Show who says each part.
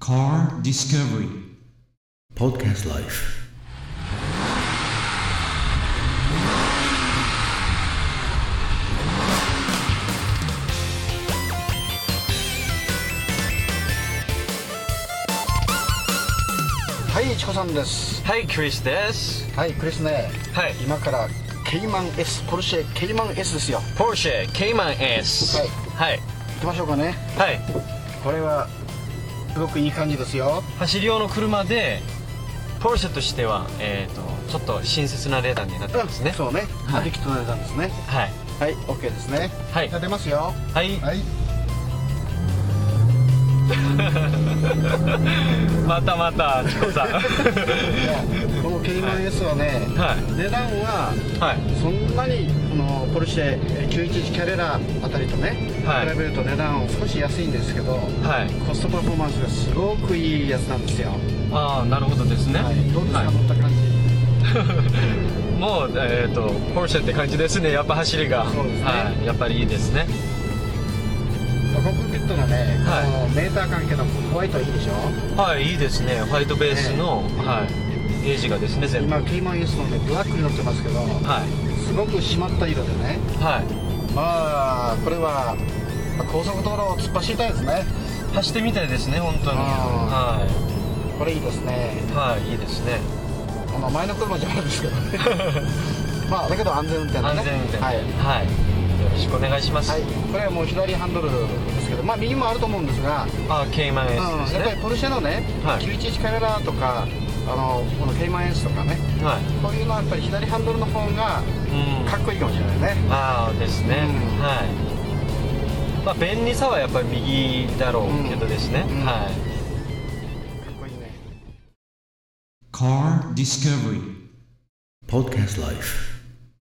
Speaker 1: Car Discovery
Speaker 2: Podcast Life
Speaker 3: はい、チコさんです。
Speaker 4: はい、クリスです。
Speaker 3: はい、クリスね。
Speaker 4: はい
Speaker 3: 今からケイマン S、ポルシェケイマン S ですよ。
Speaker 4: ポルシェ、ケイマン S。
Speaker 3: はい
Speaker 4: はい。
Speaker 3: 行きましょうかね。
Speaker 4: はい。
Speaker 3: これはすごくいい感じですよ。
Speaker 4: 走り用の車で、ポルシェとしては、えっ、と、ちょっと親切なレーダーになってますね。
Speaker 3: そうね。
Speaker 4: はい
Speaker 3: アディクトされたんですね。
Speaker 4: はい。
Speaker 3: はい、オッケーですね。
Speaker 4: はい
Speaker 3: じゃあ出ますよ。
Speaker 4: はい。
Speaker 3: はい。
Speaker 4: またまた、チ コさん。
Speaker 3: じゃあこのケイマン S はね、
Speaker 4: はい
Speaker 3: 値段は
Speaker 4: はい。
Speaker 3: そんなにこのポルシェえー911キャレラあたりとね、
Speaker 4: はい
Speaker 3: 比べると値段は少し安いんですけど、
Speaker 4: はい。
Speaker 3: コストパフォーマンスがすごくいいやつなんですよ。
Speaker 4: ああ、なるほどですね。
Speaker 3: はい、どうですか、乗った感じ。
Speaker 4: もう、えっ、と、ポルシェって感じですね。やっぱ走りが。
Speaker 3: そうですね
Speaker 4: はい。やっぱりいいですね。
Speaker 3: コックピットのね、
Speaker 4: はい
Speaker 3: このメーター関係のホワイトいいでしょ
Speaker 4: はい、いいですね。ホワイトベースの、
Speaker 3: ね
Speaker 4: はい。ゲージがですね、全部。
Speaker 3: 今キーマン S のねブラックに乗ってますけど
Speaker 4: はい。
Speaker 3: すごく締まった色でね
Speaker 4: はい。
Speaker 3: まあこれはまあ高速道路を突っ走りたいですね
Speaker 4: 走ってみたいですね、本当に。
Speaker 3: あ
Speaker 4: はい。
Speaker 3: これいいですね
Speaker 4: はい、いいで すね。
Speaker 3: あの前の車じゃあるんですけどねまあだけど安全運転だ
Speaker 4: 安
Speaker 3: ね
Speaker 4: 全運転。
Speaker 3: はい、
Speaker 4: はい。よろしくお願いします。
Speaker 3: はい、これはもう左ハンドルですけどまあ右もあると思うんですが、
Speaker 4: あ、ケイマン
Speaker 3: うん
Speaker 4: S
Speaker 3: や
Speaker 4: です
Speaker 3: っぱり
Speaker 4: ね。
Speaker 3: ポルシェのね、
Speaker 4: はい
Speaker 3: 911カメラとかあのこのケイマン S とかね
Speaker 4: はい。
Speaker 3: こういうのはやっぱり左ハンドルの方が
Speaker 4: うん。
Speaker 3: かっこいいかもしれないね
Speaker 4: ああ、ですね。
Speaker 3: うん
Speaker 4: はい。まあ、便利さはやっぱり右だろうけどですね。
Speaker 3: うん
Speaker 4: はい。
Speaker 3: かっこいいね
Speaker 1: Car Discovery
Speaker 2: Podcast Life